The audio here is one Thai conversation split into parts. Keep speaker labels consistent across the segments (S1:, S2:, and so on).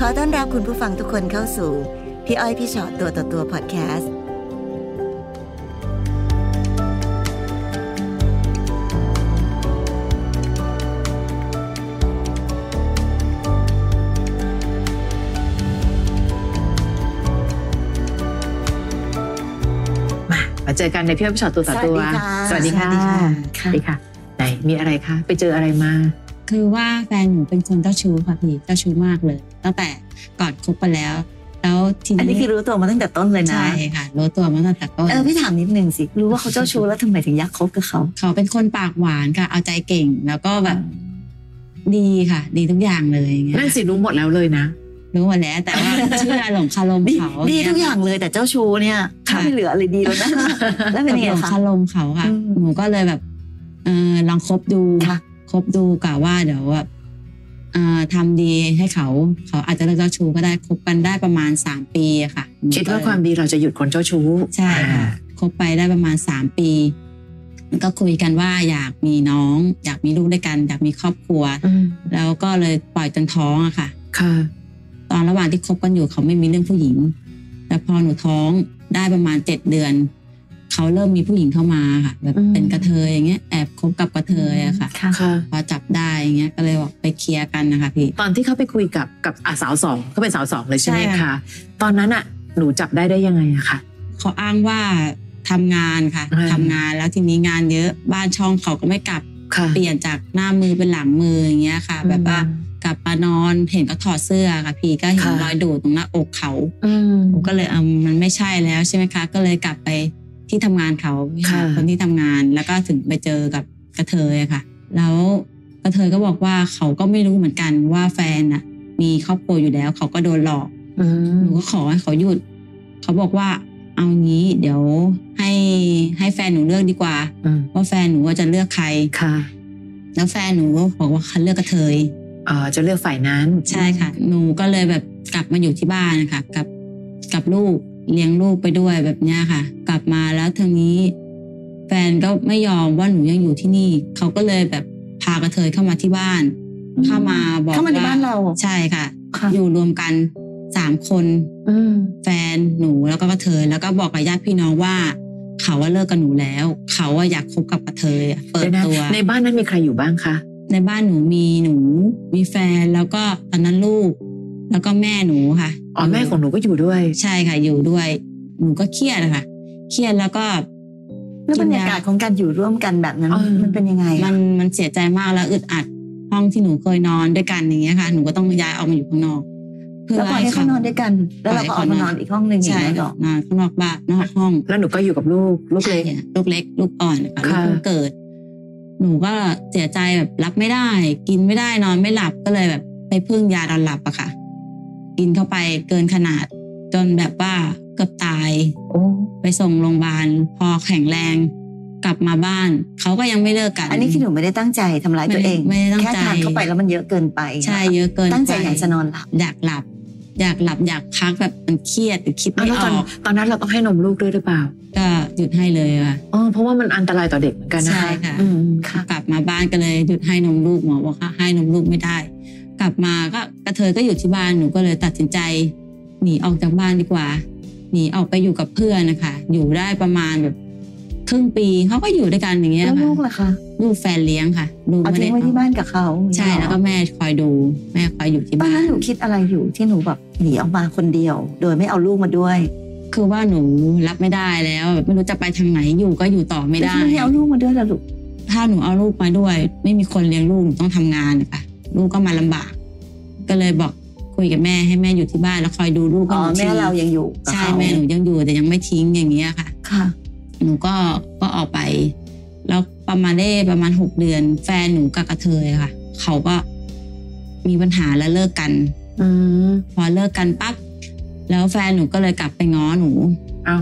S1: ขอต้อนรับคุณผู้ฟังทุกคนเข้าสู่ พี่อ้อยพี่ชอตตัวต่อตัวพอดแคสต์
S2: มามาเจอกันในพี่อ้อยพี่ชอตตัวต่อตัว
S1: สวัสดีค่ะ
S2: สวัสดีค่ะสวัสดีค่ะ ไหนมีอะไรคะ ไปเจออะไรมา
S3: คือว่าแฟนหนูเป็นคนเจ้าชู้ค่ะพี่เจ้าชู้มากเลย ตั้งแต่ก่อนคบไปแล้ว แล้วที
S1: อันนี้คือรู้ตัวมาตั้งแต่ต้นเลยนะ
S3: ใช่ค่ะรู้ตัวมาตั้งแต่ต้น
S1: เออพี่ถามนิดนึงสิ รู้ว่าเขาเจ้าชู้แล้วทำไมถึงอยากคบกับเขา
S3: เขาเป็นคนปากหวานค่ะเอาใจเก่ง แล้วก็แบบดีค่ะ ดีทุกอย่างเลยอย่างเงี้ย
S2: นั่นสิรู้หมดแล้วเลยนะ
S3: รู้หมดแล้ว แต่ว่า เชื่อหลงคารม
S1: ดี
S3: เขา
S1: ดีทุก
S3: เนี่
S1: อย่างเลยแต่เจ้าชู้เนี่ย
S3: ค่ะ
S1: ไม่เหลืออะไรดีแล้วนะ แล้วเป็นยังไง
S3: หลง
S1: คะ
S3: คารมเขาค่ะ
S1: อืม
S3: หนูก็เลยแบบเออลองคบดู
S1: ค่ะ
S3: คบดูกะว่าเดี๋ยวแบบเอ่อทำดีให้เขา เขาอาจจะเลิกเจ้าชู้ก็ได้คบกันได้ประมาณสามปีอะค่ะหนู
S2: คิด
S3: ก็
S2: ว่า
S3: เลย
S2: ความดีเราจะหยุดคนเจ้าชู้
S3: ใช่ค่ะคบไปได้ประมาณสามปีก็คุยกันว่าอยากมีน้อง อยากมีลูกด้วยกัน อยากมีครอบครัว
S2: อืม
S3: แล้วก็เลยปล่อยจนท้องอะค่ะ
S2: ค่ะ
S3: ตอนระหว่างที่คบกันอยู่เขาไม่มีเรื่องผู้หญิงแต่พอหนูท้องได้ประมาณเจ็ดเดือน เขาเริ่มมีผู้หญิงเข้ามาค่ะแบบ
S1: อืม
S3: เป็นกระเทยอย่างเงี้ยแอบคบกับกระเทยอะค่ะ
S1: ค่ะ
S2: ค่ะ
S3: พอจับได้อย่างเงี้ยก็เลยบอกไปเคลียร์กันนะคะพี่
S2: ตอนที่เขาไปคุยกับกับอ่ะสาวสองเขาเป็นสาวสองเลยใช่ไหม
S3: ใช่
S2: คะ
S3: ค่ะ
S2: ตอนนั้นอ่ะ หนูจับได้ได้ยังไงอะคะ
S3: เขาอ้างว่าทำงานค่ะ
S2: อ่า
S3: ทำงานแล้วทีนี้งานเยอะบ้านช่องเขาก็ไม่กลับ
S2: ค่ะ
S3: เปลี่ยนจากหน้ามือเป็นหลังมืออย่างเงี้ยค่ะ แบบว่ากลับมานอนเห็นก็ถอดเสื้อค่ะพี่ก็เห็นรอยดูดตรงหน้าอกเขา
S2: อืม
S3: ผมก็เลยเอามันไม่ใช่แล้วใช่ไหมคะ ก็เลยกลับไปที่ทำงานเขา
S2: ค่ะ
S3: หาคนที่ทำงานแล้วก็ถึงไปเจอกับกระเทยอะค่ะ แล้วกระเทยก็บอกว่าเขาก็ไม่รู้เหมือนกันว่าแฟนน่ะ มีครอบครัวอยู่แล้ว เขาก็โดนหลอก
S2: อื
S3: ห
S2: ม
S3: นูก็ขอให้เขาหยุด เขาบอกว่าเอางี้เดี๋ยวให้ให้แฟนหนูเลือกดีกว่า
S2: อืม
S3: ว่าแฟนหนูว่าจะเลือกใคร
S2: ค่ะ
S3: แล้วแฟนหนูก็บอกว่าเขาเลือกกระเทย
S2: เอ่อจะเลือกฝ่ายนั้น
S3: ใช่ค่ะ หนูก็เลยแบบกลับมาอยู่ที่บ้านนะคะกับกับลูกเลี้ยงลูกไปด้วยแบบเนี้ยค่ะ กลับมาแล้วทางนี้ แฟนก็ไม่ยอมว่าหนูยังอยู่ที่นี่ เขาก็เลยแบบพากระเทยเข้ามาที่บ้าน เข้ามาบอก
S1: เข้ามาใน
S3: ว่
S1: บ้านเรา
S3: ใช่ค่ะ
S1: ค่ะ
S3: อยู่รวมกันสามคน
S1: อืม
S3: แฟนหนูแล้วก็กระเทยแล้วก็บอกกับญาติพี่น้องว่า เขาว่าเลิกกับหนูแล้ว เขาว่าอยากคบกับกระเทยอะเปิด
S2: เดี๋ยวนะ
S3: ตัว
S2: ในบ้านนั้นมีใครอยู่บ้างคะ
S3: ในบ้านหนูมีหนู มีแฟนแล้วก็ตอนนั้นลูก แล้วก็แม่หนูค่ะ
S2: อ๋อแม่ของหนูก็อยู่ด้วย
S3: ใช่ค่ะอยู่ด้วย หนูก็เครียดอะค่ะ เครียดแล้วก็
S1: แล้วบรรยากาศของการอยู่ร่วมกันแบบนั้น
S2: เออ
S1: มันเป็นยังไง
S3: กิน
S1: อะ
S3: ยามันมันเสียใจมากแล้วอึดอัดห้องที่หนูเคยนอนด้วยกันอย่างเงี้ยค่ะ หนูก็ต้องย้ายออกมาอยู่ข้างนอก
S1: แล้วปล่อยให้เขานอนด้วยกัน แล้วเราก็ออกมานอนอีกห้องหนึ่งอย่าง
S3: ใช่
S1: นี้หร
S3: ค่ะ
S1: อน
S3: อนข้างนอกบ้านนอกห้อง
S2: แล้วหนูก็อยู่กับลูกลูกเล็ก
S3: ใช่ลูกเล็กลูกอ่อนค่ะลูก
S2: ค่ะ
S3: เพิ่งเกิด หนูก็เสียใจแบบรับไม่ได้ กินไม่ได้นอนไม่หลับก็เลยแบบไปพึ่งยานอนหลับอะค่ะ กินเข้าไปเกินขนาด จนแบบว่าเกือบตาย
S1: โอ้
S3: ไปส่งโรงพยาบาลพอแข็งแรง กลับมาบ้านเขาก็ยังไม่เลิกกัน
S1: อันนี้คือหนูไม่ได้ตั้งใจทำร้ายตัวเอง
S3: ไม่ได้ตั้งใจ
S1: แค่ทานเข้าไปแล้วมันเยอะเกินไป
S3: ใช่เยอะเกินไป
S1: ตั้งใจอยากจะนอนหลับ
S3: อยากหลับ อยากหลับอยากพักแบบมันเครียดหรือคิด
S2: อ้าว
S3: ไม่
S2: แล้วต
S3: อ
S2: อน
S3: อก
S2: ตอนนั้นเราต้องให้นมลูกด้วยหรือเปล่า
S3: ก็หยุดให้เลยค่ะ
S2: อ๋อเพราะว่ามันอันตรายต่อเด็กเหมือนกันนะ
S3: ใช่ค่ะ
S2: อืม
S1: ค่ะ
S3: กลับมาบ้านก็เลยหยุดให้นมลูกหมอบอกว่าให้นมลูกไม่ได้ กลับมาก็กระเทยก็อยู่ที่บ้านหนูก็เลยตัดสินใจ หนีออกจากบ้านดีกว่า หนีออกไปอยู่กับเพื่อนนะคะ อยู่ได้ประมาณแบบครึ่งปีเขาก็อยู่ด้วยกันอย่างเงี้ย
S1: แล้ว
S3: ค่ะ
S1: ลูกล่ะคะ
S3: ลูกแฟนเลี้ยงค่ะลูก
S1: เอา
S3: ไม่
S1: ทิ้
S3: ได้
S1: งไว้ที่บ้านกับเขา
S3: ใช่แล้วก็แม่คอยดู แม่คอยอยู่ที่
S1: ตอน
S3: บ้า
S1: นั้น นหนูคิดอะไรอยู่ที่หนูแบบหนีออกมาคนเดียว โดยไม่เอาลูกมาด้วย
S3: คือว่าหนูรับไม่ได้แล้วแบบไม่รู้จะไปทางไหนอยู่ก็อยู่ต่อไม่
S1: แล้
S3: ได้
S1: วทำไม่เอาลูกมาด้วยล่ะลูก
S3: ถ้าหนูเอาลูกมาด้วย ไม่มีคนเลี้ยงลูกหนูต้องทำงานค่ะลูกก็มาลำบาก ก็เลยบอกคุยกับแม่ให้แม่อยู่ที่บ้านแล้วคอยดูลูกให้
S1: อ๋อ
S3: หนูที
S1: แม่เรายังอยู่กับ
S3: ใช่
S1: เขา
S3: แม่หนูยังอยู่แต่ยังไม่ทิ้งอย่างเงี้ยค่ะ
S1: ค่ะ
S3: หนูก็ก็ออกไป แล้วประมาณได้ประมาณหกเดือน แฟนหนูกับกระเทยค่ะ เขาก็มีปัญหาแล้วเลิกกัน
S2: อืม
S3: พอเลิกกันปั๊บแล้วแฟนหนูก็เลยกลับไปง้อหนู
S2: เอา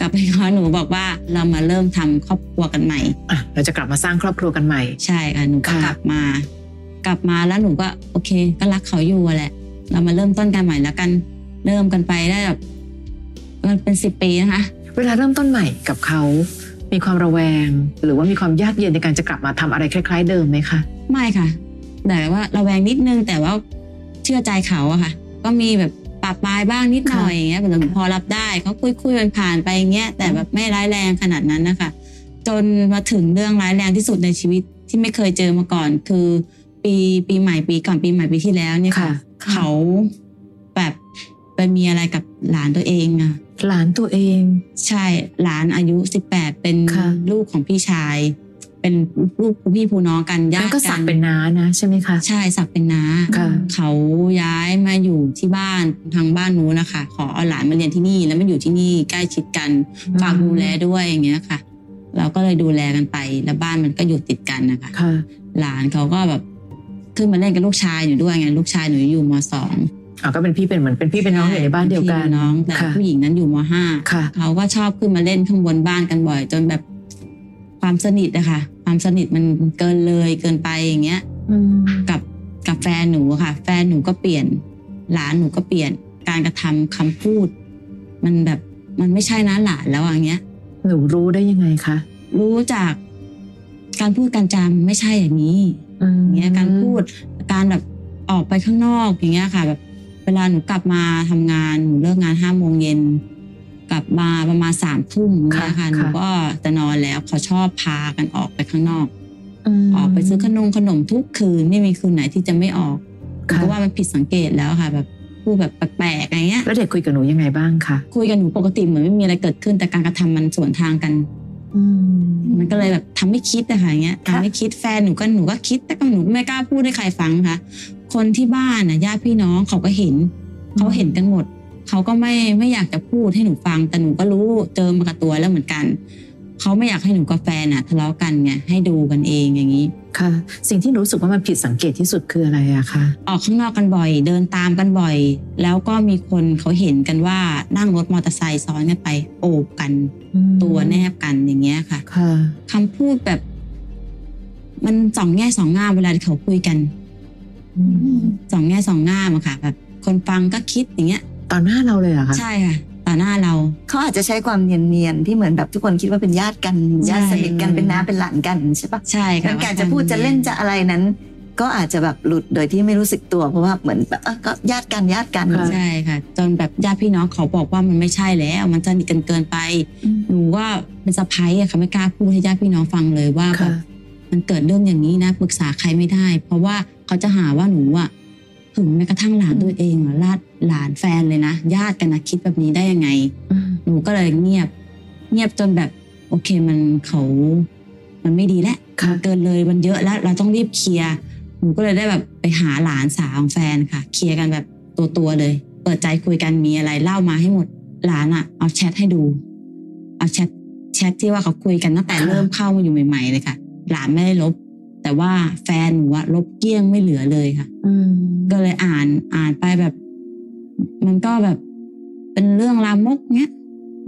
S3: กลับไปง้อหนูบอกว่าเรามาเริ่มทำครอบครัวกันใหม่
S2: อ่ะเราจะกลับมาสร้างครอบครัวกันใหม่
S3: ใช่ค่ะหนูก็
S2: ค่ะ
S3: กลับมา กลับมาแล้วหนูก็โอเค ก็รักเขาอยู่อะแหละ เรามาเริ่มต้นกันใหม่แล้วกันเริ่มกันไปได้แบบมันเป็นสิบปีนะคะ
S2: เวลาเริ่มต้นใหม่กับเขา มีความระแวง หรือว่ามีความยากเย็นในการจะกลับมาทำอะไรคล้าย ๆ เดิมไหมคะ
S3: ไม่ค่ะ แต่ว่าระแวงนิดนึงแต่ว่าเชื่อใจเขาอะค่ะ ก็มีแบบปะปลายบ้างนิดหน่อยอย่างเงี้ยแบบพอรับได้เขาคุยคุยมันผ่านไปอย่างเงี้ยแต่แบบไม่ร้ายแรงขนาดนั้นนะคะ จนมาถึงเรื่องร้ายแรงที่สุดในชีวิตที่ไม่เคยเจอมาก่อน คือปีปีใหม่ปีก่อนปีใหม่ปีที่แล้วเนี่ย
S2: ค่ะ
S3: ค่ะ เขาแบบไปมีอะไรกับหลานตัวเองอะ
S2: หลานตัวเอง
S3: ใช่หลานอายุสิบแปดเป็น
S2: ค่ะ
S3: ลูกของพี่ชาย เป็นลูกพี่ผู้น้องกันญา
S2: นั่น
S3: ติ
S2: ก็สักเป็นน้านะใช่ไหมคะ
S3: ใช่สักเป็นน้า
S2: ค่ะ
S3: เขาย้ายมาอยู่ที่บ้านทางบ้านนู้นนะคะขอเอาหลานมาเรียนที่นี่แล้วมาอยู่ที่นี่ใกล้ชิดกันฝากดูแลด้วยอย่างเงี้ยค่ะ เราก็เลยดูแลกันไปแล้วบ้านมันก็อยู่ติดกันนะคะ
S2: ค่ะ
S3: หลานเขาก็แบบขึ้นมาเล่นกับลูกชายหนูด้วยไงลูกชายหนูอยู่มสอง
S2: อ๋อก็เป็นพี่เป็นเหมือนเป็นพี่เป็นน้องอยู่ในบ้านเดียวกัน
S3: พี่น้องแต่
S2: ค่ะ
S3: ผู้หญิงนั้นอยู่มห้า
S2: ค่ะ
S3: เขาก็ชอบขึ้นมาเล่นข้างบนบ้านกันบ่อย จนแบบความสนิทอะค่ะ ความสนิทมันเกินเลยเกินไปอย่างเงี้ย
S2: อืม
S3: กับกับแฟนหนูอะค่ะ แฟนหนูก็เปลี่ยน หลานหนูก็เปลี่ยน การกระทำคำพูด มันแบบมันไม่ใช่นะหลานแล้วอย่างเงี้ย
S2: หนูรู้ได้ยังไงคะ
S3: รู้จากการพูดการจามันไม่ใช่อย่างนี้
S2: อืม
S3: อย่างเงี้ยการพูดการแบบออกไปข้างนอกอย่างเงี้ยค่ะ แบบเวลาหนูกลับมาทำงานหนูเลิกงานห้าโมงเย็นกลับมาประมาณสามทุ่มอย่างเงี้ย
S2: ค่ะ
S3: ค่ะหนู
S2: ค่ะ
S3: ก็จะนอนแล้วเขาชอบพากันออกไปข้างนอก
S2: ม
S3: ออกไปซื้อขนมขนมทุกคืนไม่มีคืนไหนที่จะไม่ออก
S2: ค่ะ
S3: เพราะว่ามันผิดสังเกตแล้วค่ะ แบบพูดแบบแปลกๆอะไรเงี้ย
S2: แล้วเด็กคุยกับหนูยังไงบ้างคะ
S3: คุยกันหนูปกติเหมือนไม่มีอะไรเกิดขึ้นแต่การกระทำมันสวนทางกัน มันก็เลยแบบทำไม่คิดอะค่ะอย่างเงี้ย
S1: ค่ะ
S3: ทำไม่คิดแฟนหนูก็หนูก็คิดแต่ก็หนูไม่กล้าพูดให้ใครฟังค่ะ คนที่บ้านน่ะญาติพี่น้องเขาก็เห็น เขาเห็นกันหมด เขาก็ไม่ไม่อยากจะพูดให้หนูฟัง แต่หนูก็รู้เจอมากับตัวแล้วเหมือนกัน เขาไม่อยากให้หนูกับแฟนน่ะทะเลาะกันไงให้ดูกันเองอย่างนี้
S2: ค่ะ สิ่งที่หนูรู้สึกว่ามันผิดสังเกตที่สุดคืออะไรอะคะ
S3: ออกข้างนอกกันบ่อย เดินตามกันบ่อย แล้วก็มีคนเขาเห็นกันว่านั่งรถมอเตอร์ไซค์ซ้อนกันไปโอบกัน
S2: อืม
S3: ตัวแนบกันอย่างเงี้ยค่ะ
S2: ค่ะ
S3: คำพูดแบบ มันสองแง่สองงามเวลาที่เขาคุยกันสองแง่สองงามอะค่ะ แบบ คนฟังก็คิดอย่างเงี้ย
S2: ตอนหน้าเราเลยเหรอะคะ
S3: ใช่ค่ะต่อหน้าเรา
S1: เขาอาจจะใช้ความเนียนๆที่เหมือนแบบทุกคนคิดว่าเป็นญาติกัน
S3: ใช่
S1: ญาติสนิทกันเป็นน้าเป็นหลานกันใช่ปะ
S3: ใช่ค่ะ
S1: แล้วการจะพูดจะเล่นจะอะไรนั้น ก็อาจจะแบบหลุดโดยที่ไม่รู้สึกตัว เพราะว่าเหมือนแบบเอ้อก็ญาติกันญาติกัน
S3: ใช่ค่ะ จนแบบญาติพี่น้องเขาบอกว่ามันไม่ใช่แล้ว มันสนิทกันเกินไป
S1: อืม
S3: หนูว่าเป็นสะพ้ายอะค่ะไม่กล้าพูดให้ญาติพี่น้องฟังเลยว่าแบ
S2: ค่ะ
S3: บมันเกิดเรื่องอย่างนี้นะปรึกษาใครไม่ได้ เพราะว่าเขาจะหาว่าหนูอะถึงแม้กระทั่งหลานตัวเองเหรอลาดหลานแฟนเลยนะญาติกันนะคิดแบบนี้ได้ยังไง
S2: อืม
S3: หนูก็เลยเงียบ เงียบจนแบบ โอเคมันเขา มันไม่ดีแล้ว
S2: ค่ะ
S3: เกินเลยมันเยอะแล้ว เราต้องรีบเคลียร์หนูก็เลยได้แบบไปหาหลานสาวของแฟนค่ะ เคลียร์กันแบบตัวตัวๆเลย เปิดใจคุยกันมีอะไรเล่ามาให้หมดหลานอะเอาแชทให้ดู เอาแชทแชทที่ว่าเขาคุยกันตั้งแต่
S2: ค่ะ
S3: เริ่มเข้ามาอยู่ใหม่ๆเลยค่ะ หลานไม่ได้ลบ แต่ว่าแฟนหนูอะลบเกลี้ยงไม่เหลือเลยค่ะ
S2: อืม
S3: ก็เลยอ่านอ่านไปแบบ มันก็แบบเป็นเรื่องลามกเนี้ย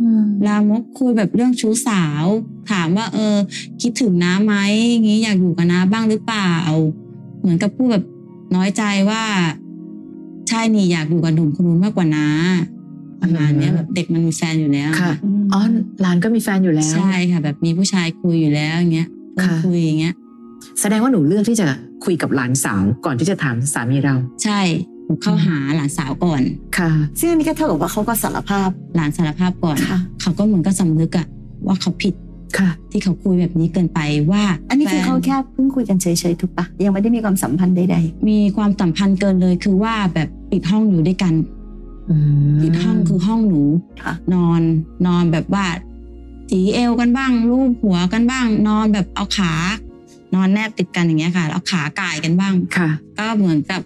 S2: อืม
S3: ลามกคุยแบบเรื่องชู้สาว ถามว่า เออ คิดถึงน้าไหมอย่างงี้อยากอยู่กับน้าบ้างหรือเปล่า เหมือนกับพูดแบบน้อยใจว่าใช่นี่อยากอยู่กับหนุ่มคนนู้นมากกว่าน้าประมาณเนี้ยแบบเด็กมันมีแฟนอยู่แล้ว
S2: ค่ะ อ๋อหลานก็มีแฟนอยู่แล้ว
S3: ใช่ค่ะ แบบมีผู้ชายคุยอยู่แล้วอย่างเงี้ยเพื่อน
S2: ค่ะ
S3: คุยอย่างเงี้ย
S2: แสดงว่าหนูเลือกที่จะคุยกับหลานสาวก่อนที่จะถามสามีเรา
S3: ใช่หนูเข้าหาหลานสาวก่อน
S2: ค่ะ
S1: ซึ่งอันนี้ก็เท่ากับว่าเขาก็สารภาพ
S3: หลานสารภาพก่อน
S1: ค่ะ
S3: เขาก็เหมือนก็สำนึกอะว่าเขาผิด
S2: ค่ะ
S3: ที่เขาคุยแบบนี้เกินไปว่า
S1: อันนี้คือ
S3: แฟ
S1: เขาแค่เพิ่งคุยกันเฉยๆถูกปะยังไม่ได้มีความสัมพันธ์ใด
S3: มีความสัมพันธ์เกินเลยคือว่าแบบปิดห้องอยู่ด้วยกัน
S2: อืม
S3: ปิดห้องคือห้องหนู
S1: ค่ะ
S3: นอนนอนแบบว่าจีเอวกันบ้างลูบหัวกันบ้าง นอนแบบเอาขา นอนแนบติดกันอย่างเงี้ยค่ะแล้วเอาขาก่ายกันบ้าง
S2: ค่ะ
S3: ก็เหมือนกับ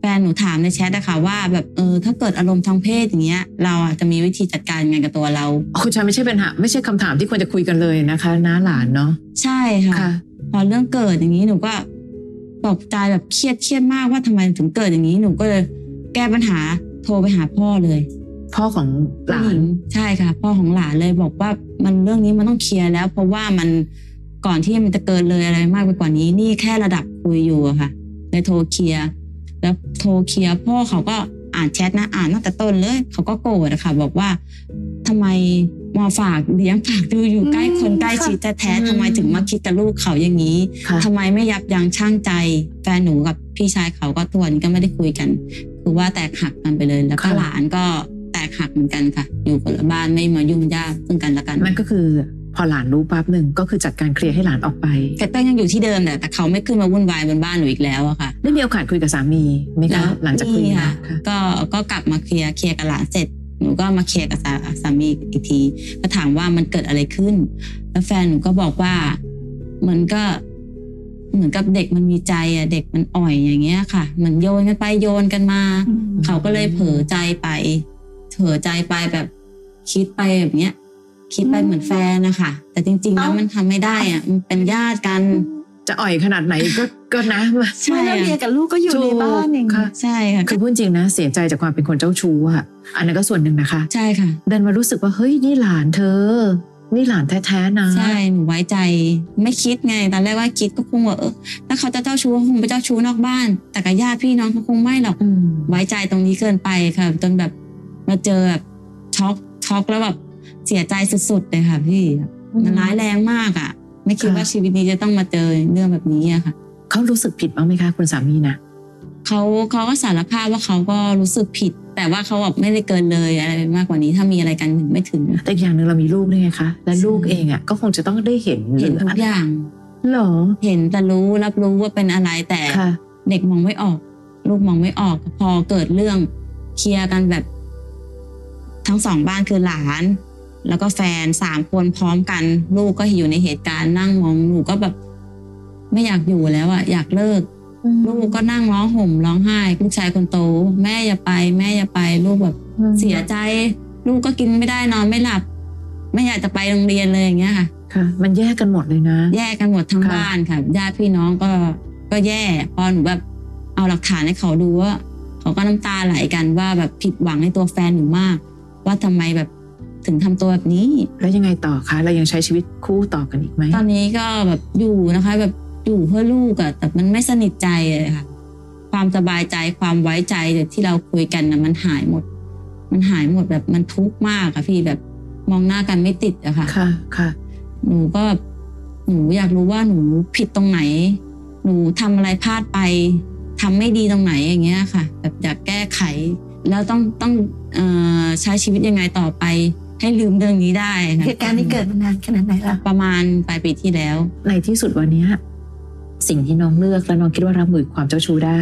S3: แฟนหนูถามในแชทอะค่ะว่าแบบเออถ้าเกิดอารมณ์ทางเพศอย่างเงี้ย เราอะจะมีวิธีจัดการยังไงกับตัวเรา
S2: คุณชายไม่ใช่ปัญหาไม่ใช่คำถามที่ควรจะคุยกันเลยนะคะน้าหลานเนาะ
S3: ใช่ค่ะ
S2: ค่ะ
S3: พอเรื่องเกิดอย่างนี้หนูก็ตกใจแบบเครียดเครียดมากว่าทำไมถึงเกิดอย่างนี้หนูก็เลยแก้ปัญหาโทรไปหาพ่อเลย
S2: พ่อของห
S3: ผู้
S2: ลา
S3: ห
S2: น
S3: ญิงใช่ค่ะ พ่อของหลานเลยบอกว่ามันเรื่องนี้มันต้องเคลียร์แล้ว เพราะว่ามันก่อนที่มันจะเกินเลยอะไรมากไปกว่านี้ นี่แค่ระดับคุยอยู่อะค่ะเลยโทรเคลียร์แล้วโทรเคลียร์พ่อเขาก็อ่านแชทนะอ่านตั้งแต่ต้นเลยเขาก็โกรธอะค่ะ บอกว่าทำไมมาฝากเลี้ยงฝากดูอยู่ใกล้คนใกล้ชิดแท้
S2: อืม
S3: ๆทำไมถึงมาคิดกับลูกเขาอย่างนี้
S2: ค่ะ
S3: ทำไมไม่ยับยั้งชั่งใจ แฟนหนูกับพี่ชายเขาก็ทวนก็ไม่ได้คุยกัน คุ คือว่าแตกหักกันไปเลย แล้วก็
S2: ค่ะ
S3: หลานก็แตกหักเหมือนกันค่ะ อยู่คนละบ้านไม่มายุ่งยากซึ่งกันและกัน
S2: นั่นก็คือพอหลานรู้ปั๊บหนึ่งก็คือจัดการเคลียร์ให้หลานออกไป
S3: แต่แป้งยังอยู่ที่เดิมแหละแต่เขาไม่ขึ้นมาวุ่นวายบนบ้านหนูอีกแล้วอะค่ะ
S2: ได้มีโอกาสคุยกับสามีไหมคะหลังจากคุย
S3: มี
S2: นะ
S3: ค่ะ
S2: ค่ะ
S3: ก็ก็กลับมาเคลียร์เคลียร์กับหลานเสร็จหนูก็มาเคลียร์กับสาสามีอีกที ก็ถามว่ามันเกิดอะไรขึ้น แล้วแฟนหนูก็บอกว่าเหมือนก็เหมือนกับเด็กมันมีใจอ่ะเด็กมันอ่อยอย่างเงี้ยค่ะเหมือนโยนกันไปโยนกันมา เขาก็เลยเผลอใจไป เผลอใจไปแบบคิดไปแบบเนี้ย คิดไปเหมือนแฟนนะคะแต่จริงๆแล้วมันทำไม่ได้อ่ะมันเป็นญาติกัน
S2: จะอ่อยขนาดไหน ก็ก็นะ
S1: ใช่แล้วเมียกับลูกก็อยู่ในบ้านอย่าง
S2: ค่ะ
S1: เงี้ย
S3: ใช่ค่ะ
S2: คือพูดจริงนะ เสียใจจากความเป็นคนเจ้าชู้อะอันนั้นก็ส่วนหนึ่งนะคะ
S3: ใช่ค่ะ
S2: เดินมารู้สึกว่าเฮ้ยนี่หลานเธอ นี่หลานแท้ๆนะ
S3: ใช่ หนูไว้ใจไม่คิดไง ตอนแรกว่าคิดก็คงว่าเออถ้าเขาจะเจ้าชู้ก็คงไปเจ้าชู้นอกบ้าน แต่กับญาติพี่น้องเขาคงไม่หรอก
S2: อืม
S3: ไว้ใจตรงนี้เกินไปค่ะ จนแบบมาเจอแบบช็อกช็อกแล้วแบบเสียใจสุดๆเลยค่ะ พี่มันร้ายแรงมากอ่ะ ไม่คิด
S2: ค่ะ
S3: ว่าชีวิตนี้จะต้องมาเจอเรื่องแบบนี้อะค่ะ
S2: เขารู้สึกผิดบ้างไหมคะคุณสามีนะ
S3: เขาเขาก็สารภาพว่าเขาก็รู้สึกผิด แต่ว่าเขาแบบไม่ได้เกินเลยอะไรมากกว่านี้ถ้ามีอะไรกันถึงไม่ถึง
S2: แต่อีกอย่างหนึ่งเรามีลูกด้วยไงคะ และ
S3: ใช่
S2: ลูกเองอ่ะก็คงจะต้องได้เห็น
S3: เห็นทุกอย่าง
S2: หรอ
S3: เห็นแต่รู้รับรู้ว่าเป็นอะไรแต่
S2: ค่ะ
S3: เด็กมองไม่ออก ลูกมองไม่ออก พอเกิดเรื่องเคลียร์กันแบบ ทั้งสองบ้านคือหลาน แล้วก็แฟนสามคนพร้อมกัน ลูกก็อยู่ในเหตุการณ์นั่งมองหนูก็แบบ ไม่อยากอยู่แล้วอะอยากเลิก ลูกก็นั่งร้องห่มร้องไห้ลูกชายคนโต แม่อย่าไป แม่อย่าไป ลูกแบบ เสียใจ ลูกก็กินไม่ได้นอนไม่หลับ ไม่อยากจะไปโรงเรียนเลยอย่างเงี้ยค่ะ
S2: ค่ะ มันแยกกันหมดเลยนะ
S3: แยกกันหมดทั้ง
S2: ค่ะ
S3: บ้านค่ะญาติพี่น้องก็ก็แย่พอหนูแบบเอาหลักฐานให้เขาดูว่าเขาก็น้ำตาไหลกันว่าแบบผิดหวังในตัวแฟนหนูมาก ว่าทำไมแบบถึงทำตัวแบบนี้
S2: แล้วยังไงต่อคะ เรายังใช้ชีวิตคู่ต่อกันอีกไหม
S3: ตอนนี้ก็แบบอยู่นะคะ แบบอยู่เพื่อลูกอะแต่มันไม่สนิทใจเลยค่ะ ความสบายใจความไว้ใจที่เราคุยกันนะมันหายหมด มันหายหมดแบบมันทุกข์มากอะพี่แบบมองหน้ากันไม่ติดอะค่ะ
S2: ค่ะ ค่ะ
S3: หนูก็แบบหนูอยากรู้ว่าหนูผิดตรงไหน หนูทำอะไรพลาดไปทำไม่ดีตรงไหนอย่างเงี้ยค่ะ แบบอยากแก้ไข แล้วต้องต้องเอ่อใช้ชีวิตยังไงต่อไป ให้ลืมเรื่องนี้ได้ค่ะ
S1: เหตุการณ์นี้เกิดมานานขนาดไหนล่ะ
S3: ประมาณปลายปีที่แล้ว
S2: ในที่สุดวันเนี้ยสิ่งที่น้องเลือกและน้องคิดว่ารับมือความเจ้าชู้ได้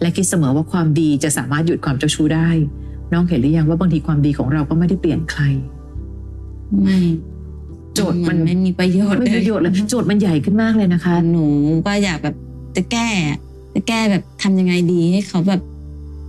S2: และคิดเสมอว่าความดีจะสามารถหยุดความเจ้าชู้ได้ น้องเห็นหรือยังว่าบางทีความดีของเราก็ไม่ได้เปลี่ยนใคร
S3: ไม่
S2: โจทย์มัน
S3: ไม่มีประโยชน์
S2: ไม่มี
S3: เลย
S2: ประโยชน์เลยโจทย์มันใหญ่ขึ้นมากเลยนะคะ
S3: หนูก็อยากแบบจะแก้ จะแก้แบบทำยังไงดีให้เขาแบบ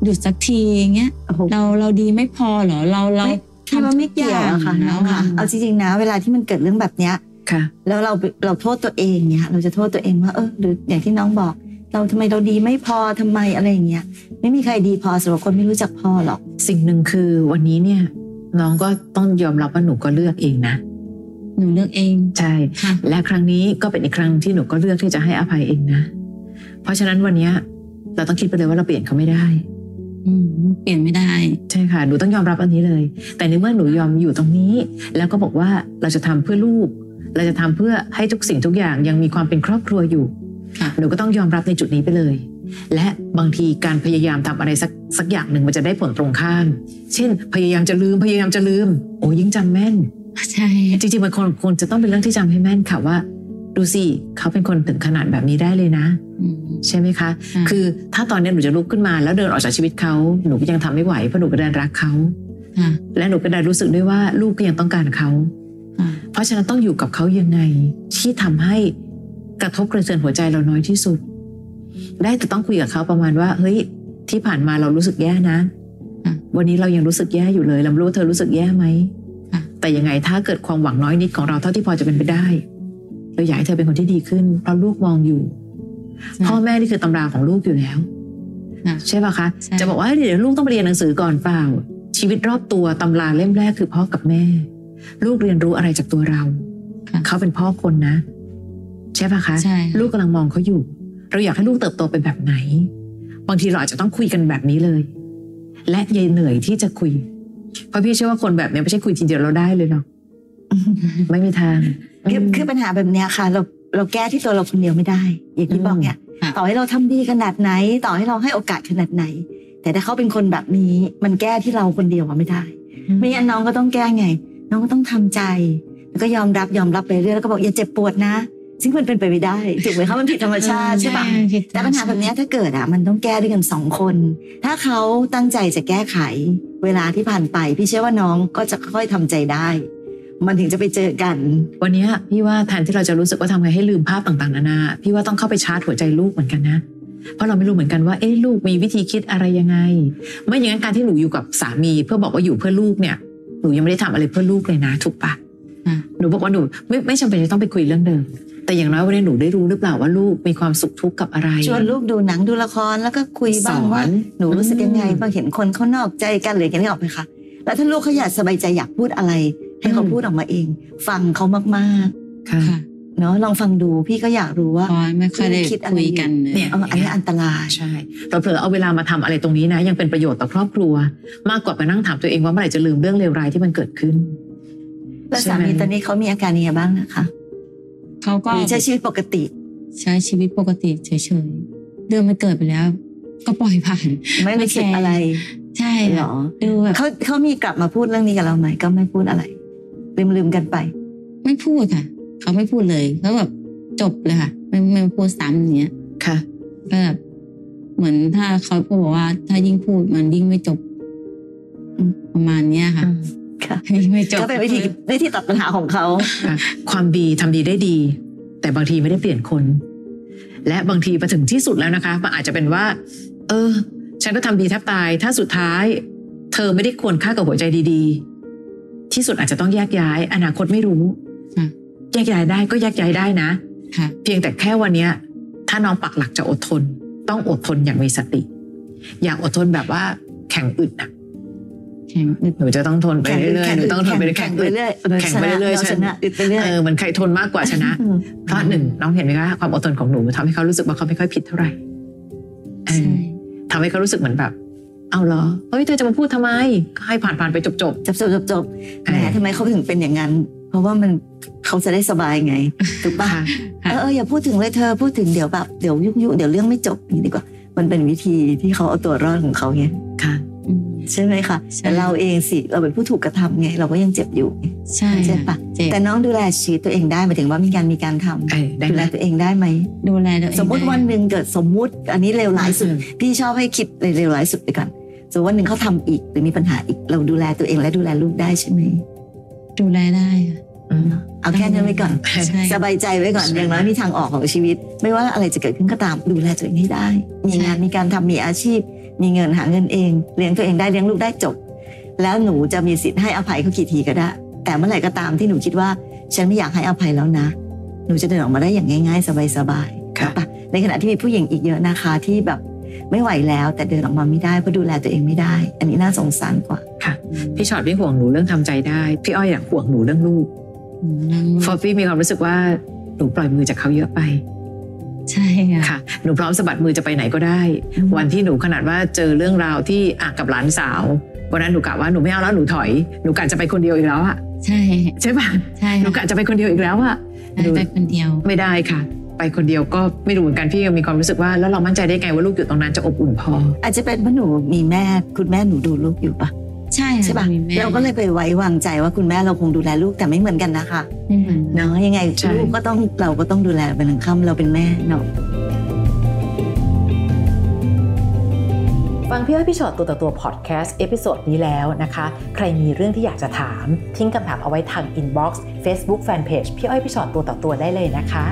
S3: หยุดสักทีอย่างเงี้ย
S2: โอ้โห
S3: เราเราดีไม่พอเหรอเราเรา
S1: ไม่ พี่ว่าไม่เกี่ยวอะค่ะน้
S3: ทำทุกอย่างแล้
S1: อ
S3: ว
S1: งค่ะ
S3: อะ
S1: เอาจริงๆนะ เวลาที่มันเกิดเรื่องแบบเนี้ย
S2: ค่ะ
S1: แล้วเราเราโทษตัวเองเนี่ยเราจะโทษตัวเองว่าเออหรืออย่างที่น้องบอก เราทำไมเราดีไม่พอทำไมอะไรอย่างเงี้ยไม่มีใครดีพอสำหรับคนไม่รู้จักพอหรอก
S2: สิ่งหนึ่งคือวันนี้เนี่ย น้องก็ต้องยอมรับว่าหนูก็เลือกเองนะ
S3: หนูเลือกเอง
S2: ใช่
S3: ค่ะ
S2: และครั้งนี้ก็เป็นอีกครั้งที่หนูก็เลือกที่จะให้อภัยเองนะ เพราะฉะนั้นวันเนี้ยเราต้องคิดไปเลยว่าเราเปลี่ยนเขาไม่ได้
S3: อืมเปลี่ยนไม่ได้
S2: ใช่ค่ะ หนูต้องยอมรับอันนี้เลย แต่ในเมื่อหนูยอมอยู่ตรงนี้ แล้วก็บอกว่าเราจะทำเพื่อลูก เราจะทำเพื่อให้ทุกสิ่งทุกอย่างยังมีความเป็นครอบครัวอยู่
S3: ค่ะ
S2: หนูก็ต้องยอมรับในจุดนี้ไปเลย และบางทีการพยายามทำอะไรสักสักอย่างหนึ่งมันจะได้ผลตรงข้าม เช่น พยายามจะลืม พยายามจะลืม โอ้ยิ่งจำแม่น
S3: ใช่
S2: จริงๆมันควรควรจะต้องเป็นเรื่องที่จำให้แม่นค่ะว่า ดูสิเขาเป็นคนถึงขนาดแบบนี้ได้เลยนะ
S3: อืม
S2: ใช่ไหมคะ
S3: ค่ะ
S2: คือถ้าตอนนี้หนูจะลุกขึ้นมาแล้วเดินออกจากชีวิตเขาหนูก็ยังทำไม่ไหวเพราะหนูก็ดันรักเขา
S3: ค่ะ
S2: และหนูก็ได้รู้สึกด้วยว่าลูกก็ยังต้องการเขา
S3: ค่ะ
S2: เพราะฉะนั้นต้องอยู่กับเขายังไง ที่ทำให้กระทบกระเทือนหัวใจเราน้อยที่สุด ได้แต่ต้องคุยกับเขาประมาณว่า เฮ้ย ที่ผ่านมาเรารู้สึกแย่นะ
S3: ะ
S2: วันนี้เรายังรู้สึกแย่อยู่เลยเราไม่รู้ว่าเธอรู้สึกแย่ไหม
S3: ค่ะ
S2: แต่ยังไงถ้าเกิดความหวังน้อยนิดของเราเท่าที่พอจะเป็นไปได้ เราอยากให้เธอเป็นคนที่ดีขึ้น เพราะลูกมองอยู่
S3: ใช่
S2: พ่อแม่นี่คือตำราของลูกอยู่แล้ว
S3: ค่ะ
S2: ใช่ป่ะคะ
S3: ใช่
S2: จะบอกว่าเดี๋ยวลูกต้องไปเรียนหนังสือก่อนเปล่า ชีวิตรอบตัวตำราเล่มแรกคือพ่อกับแม่ ลูกเรียนรู้อะไรจากตัวเรา
S3: ค่ะ
S2: เขาเป็นพ่อคนนะ ใช่ป่ะคะ
S3: ใช่
S2: ลูกกำลังมองเขาอยู่ เราอยากให้ลูกเติบโตเป็นแบบไหน บางทีเราอาจจะต้องคุยกันแบบนี้เลย และอยายเหนื่อยที่จะคุย เพราะพี่เชื่อว่าคนแบบนี้ไม่ใช่คุยทีเดียวเราได้เลยหรอกไม่มีทาง
S1: คือคือปัญหาแบบเนี้ยค่ะ เราเราแก้ที่ตัวเราคนเดียวไม่ได้ อย่างที่บอกเนี่ย
S3: ค่ะ
S1: ต่อให้เราทำดีขนาดไหน ต่อให้เราให้โอกาสขนาดไหน แต่ถ้าเขาเป็นคนแบบนี้มันแก้ที่เราคนเดียวอะไม่ได้ ไม่งั้นน้องก็ต้องแก้ไง น้องก็ต้องทำใจ แล้วก็ยอมรับยอมรับไปเรื่อยแล้วก็บอกอย่าเจ็บปวดนะ ซึ่งมันเป็นไปไม่ได้ถูกไหมคะมันผิดธรรมชาติใช่ปะ
S3: ผิด
S1: แต่ปัญหาแบบเนี้ยถ้าเกิดอ่ะมันต้องแก้ด้วยกันสองคน ถ้าเขาตั้งใจจะแก้ไข เวลาที่ผ่านไป พี่เชื่อว่าน้องก็จะค่อยๆทำใจได้ มันถึงจะไปเจอกัน
S2: วันเนี้ยพี่ว่าแทนที่เราจะรู้สึกว่าทำไงให้ลืมภาพต่างๆนานาพี่ว่าต้องเข้าไปชาร์จหัวใจลูกเหมือนกันนะ เพราะเราไม่รู้เหมือนกันว่าเอ๊ะลูกมีวิธีคิดอะไรยังไง ไม่อย่างนั้นการที่หนูอยู่กับสามีเพื่อบอกว่าอยู่เพื่อลูกเนี่ยหนูยังไม่ได้ทำอะไรเพื่อลูกเลยนะ ถูกปะ
S3: ค่ะ
S2: หนูบอกว่าหนูไม่ไม่จำเป็นจะต้องไปคุยเรื่องเดิม แต่อย่างน้อยวันนี้หนูได้รู้หรือเปล่าว่าลูกมีความสุขทุกข์กับอะไร
S1: ชวนลูกดูหนังดูละครแล้วก็คุย
S2: ส
S1: บ้าง
S2: อ
S1: ว่า
S2: น
S1: หนูรู้สึกยังไงบางเห็นคนเขานอกใจกันหรืออย่างนี้ออกไหมคะแล้วถ้าลูกเขาอยากสบายใจอยากพูดอะไร ให้เขา
S2: อืม
S1: พูดออกมาเอง ฟังเขามาก
S2: ค่ะ
S3: ค่ะ
S1: ๆเนาะลองฟังดูพี่ก็อยากรู้ว่า
S3: พอไม่ค่อยได้คุยกันเล
S2: เนี่ย ย
S1: เอออันนี้อันตราย
S2: ใช่เราเผลอเอาเวลามาทำอะไรตรงนี้นะ ยังเป็นประโยชน์ต่อครอบครัว มากกว่าไปนั่งถามตัวเองว่าเมื่อไหร่จะลืมเรื่องเลวร้ายที่มันเกิดขึ้น
S1: แล้ว
S2: ใช่ไหม
S1: สามีตอนนี้เขามีอาการยังไงบ้างนะคะ
S3: เขาก็
S1: หรือใช้ชีวิตปกติ
S3: ใช้ชีวิตปกติเฉยๆ เดือนมันเกิดไปแล้ว ก็ปล่อยผ่าน
S1: ไม่ได้คิดอะไร
S3: ใช่
S1: เหร
S3: ค่ะ
S1: อ
S3: ดูแบบ
S1: เขาเขามีกลับมาพูดเรื่องนี้กับเราไหมก็ไม่พูดอะไร ลืมลืมกันไป
S3: ไม่พูดค่ะ เขาไม่พูดเลยเขาแบบจบเลยค่ะ ไม่ไม่พูดซ้ำอย่างเนี้ย
S2: ค่ะ
S3: ก็แบบเหมือนถ้าเขาพูดบอกว่า ถ้ายิ่งพูดมันยิ่งไม่จบ
S1: อืม
S3: ประมาณเนี้ยค่ะ
S1: ค่ะ
S3: ยิ่งไม่จบ
S1: ก็เป็นวิธีวิธีตัดปัญหาของเขา
S2: ค่ะความดีทำดีได้ดี แต่บางทีไม่ได้เปลี่ยนคน และบางทีไปถึงที่สุดแล้วนะคะมันอาจจะเป็นว่า เออ ฉันก็ทำดีแทบตาย ถ้าสุดท้าย เธอไม่ได้ควรค่ากับหัวใจดีๆ ที่สุดอาจจะต้องแยกย้าย อนาคตไม่รู้
S3: ค่ะ
S2: แยกย้ายได้ก็แยกย้ายได้นะ
S3: ค่ะ
S2: เพียงแต่แค่วันเนี้ย ถ้าน้องปักหลักจะอดทน ต้องอดทนอย่างมีสติ อย่าอดทนแบบว่าแข็งอึดนะ
S3: แข็งอึด
S2: หนูจะต้องทนไปเรื่อยๆหนูต้องทนไปเรื่อยๆแข็
S1: แข่
S2: ง
S1: ง
S2: อึ
S1: ไป
S2: ด
S1: เรื่อย
S2: แข่งไปเรื่อยๆ
S1: า
S2: ฉั
S1: ช
S2: น
S1: นะอึดไปเรื่อย
S2: เออเหมันใครทนมากกว่าชนะ
S1: ม
S2: เพราะหนึ่งน้องเห็นไหมคะความอดทนของหนูทำให้เขารู้สึกว่าเขาไม่ค่อยผิดเท่าไหร่เออ
S3: ใช่
S2: ทำให้เขารู้สึกเหมือนแบบ เอาเหรอเฮ้ยเธอจะมาพูดทำไม ก็ให้ผ่านผ่านๆไปจบจบ
S1: จบจบจบจบแหมทำไมเขาถึงเป็นอย่างนั้น เพราะว่ามันเขาจะได้สบายไงถูก
S2: ๆ
S1: ป่ะ
S2: ค่ะ
S1: เออเอออย่าพูดถึงเลยเธอพูดถึงเดี๋ยวแบบเดี๋ยวยุ่งยุ่งเดี๋ยวเรื่องไม่จบอย่างนี้ดีกว่า มันเป็นวิธีที่เขาเอาตัวรอดของเขาไง
S2: ค่ะ
S3: อืม
S1: ใช่ไหมคะ
S3: ใช่
S1: แต่เราเองสิเราเป็นผู้ถูกกระทำไง เราก็ยังเจ็บอยู่
S3: ใช่
S1: เจ็บ
S3: ค่ะ
S1: ปะ
S3: เจ็บ
S1: แต่น้องดูแลชีวิตตัวเองได้หมายถึงว่ามีการมีการทำ
S2: เออได้
S1: ดู
S2: ไหม
S1: แลตัวเองได้ไหม
S3: ดูแลตัวเอง
S1: สมมุติ
S3: ได้
S1: วันหนึ่งเกิดสมมุติ อันนี้เลวร้ายสุด พี่ชอบให้คิดในเลวร้ายสุดไปก่อนสมมติวันหนึ่งเขาทำอีกหรือมีปัญหาอีก เราดูแลตัวเองและดูแลลูกได้ใช่ไหม
S3: ดูแลได้ค่ะ
S2: อืม
S1: เอาแค่นั้นไว้ก่อน
S3: ใช่
S1: สบายใจไว้ก่อน
S2: ใช่
S1: อย่างน้อยมีทางออกของชีวิต ไม่ว่าอะไรจะเกิดขึ้นก็ตามดูแลตัวเองให้ได้ มีงานมีการทำมีอาชีพ มีเงินหาเงินเองเลี้ยงตัวเองได้เลี้ยงลูกได้จบ แล้วหนูจะมีสิทธิ์ให้อภัยเขากี่ทีก็ได้ แต่เมื่อไหร่ก็ตามที่หนูคิดว่า ฉันไม่อยากให้อภัยแล้วนะ หนูจะเดินออกมาได้อย่างง่าย ๆ สบายๆ
S2: ค่ะ
S1: ปะในขณะที่มีผู้หญิงอีกเยอะนะคะที่แบบไม่ไหวแล้วแต่เดินออกมาไม่ได้เพราะดูแลตัวเองไม่ได้ อันนี้น่าสงสารกว่า
S2: พี่ชอตพี่ห่วงหนูเรื่องทำใจได้ พี่อ้อยอยากห่วงหนูเรื่องลูก
S3: อืมนั่ง
S2: เพราะพี่มีความรู้สึกว่าหนูปล่อยมือจากเขาเยอะไป
S3: ใช่ค่ะ
S2: ค่ะ หนูพร้อมสะบัดมือจะไปไหนก็ได้
S1: อืม
S2: วันที่หนูขนาดว่าเจอเรื่องราวที่อ่ะกับหลานสาววันนั้นหนูกะว่าหนูไม่เอาแล้วหนูถอย หนูกะจะไปคนเดียวอีกแล้วอะ
S3: ใช่
S2: ใช่ปะ
S3: ใช่
S2: หนู
S3: ค่ะ
S2: กะจะไปคนเดียวอีกแล้วอะ หนู
S3: ไปคนเดียว
S2: ไม่ได้ค่ะ ไปคนเดียวก็ไม่รู้เหมือนกันพี่ยังมีความรู้สึกว่าแล้วเรามั่นใจได้ไงว่าลูกอยู่ตรงนั้นจะอบอุ่นพอ
S1: อาจจะเป็นเพราะหนูมีแม่คุณแม่หนูดูลูกอยู่ปะ
S3: ใช่ค่ะ
S1: ใช่ปะ
S3: มีแม่
S1: เราก็เลยไปไว้วางใจว่าคุณแม่เราคงดูแลลูกแต่ไม่เหมือนกันนะคะ
S3: ไม่เหมือน
S1: เนาะยังไง
S2: ใช่
S1: ลูกก็ต้องเราก็ต้องดูแลเป็นหลังค่ำเราเป็นแม่เนาะ
S2: ฟังพี่อ้อยพี่ชอตตัวต่อตัวพอดแคสต์เอพิโซดนี้แล้วนะคะ ใครมีเรื่องที่อยากจะถาม ทิ้งคำถามเอาไว้ทางอินบ็อกซ์เฟซบุ๊กแฟนเพจพี่อ้อยพี่ชอตตัวต่อตัวได้เลยนะคะ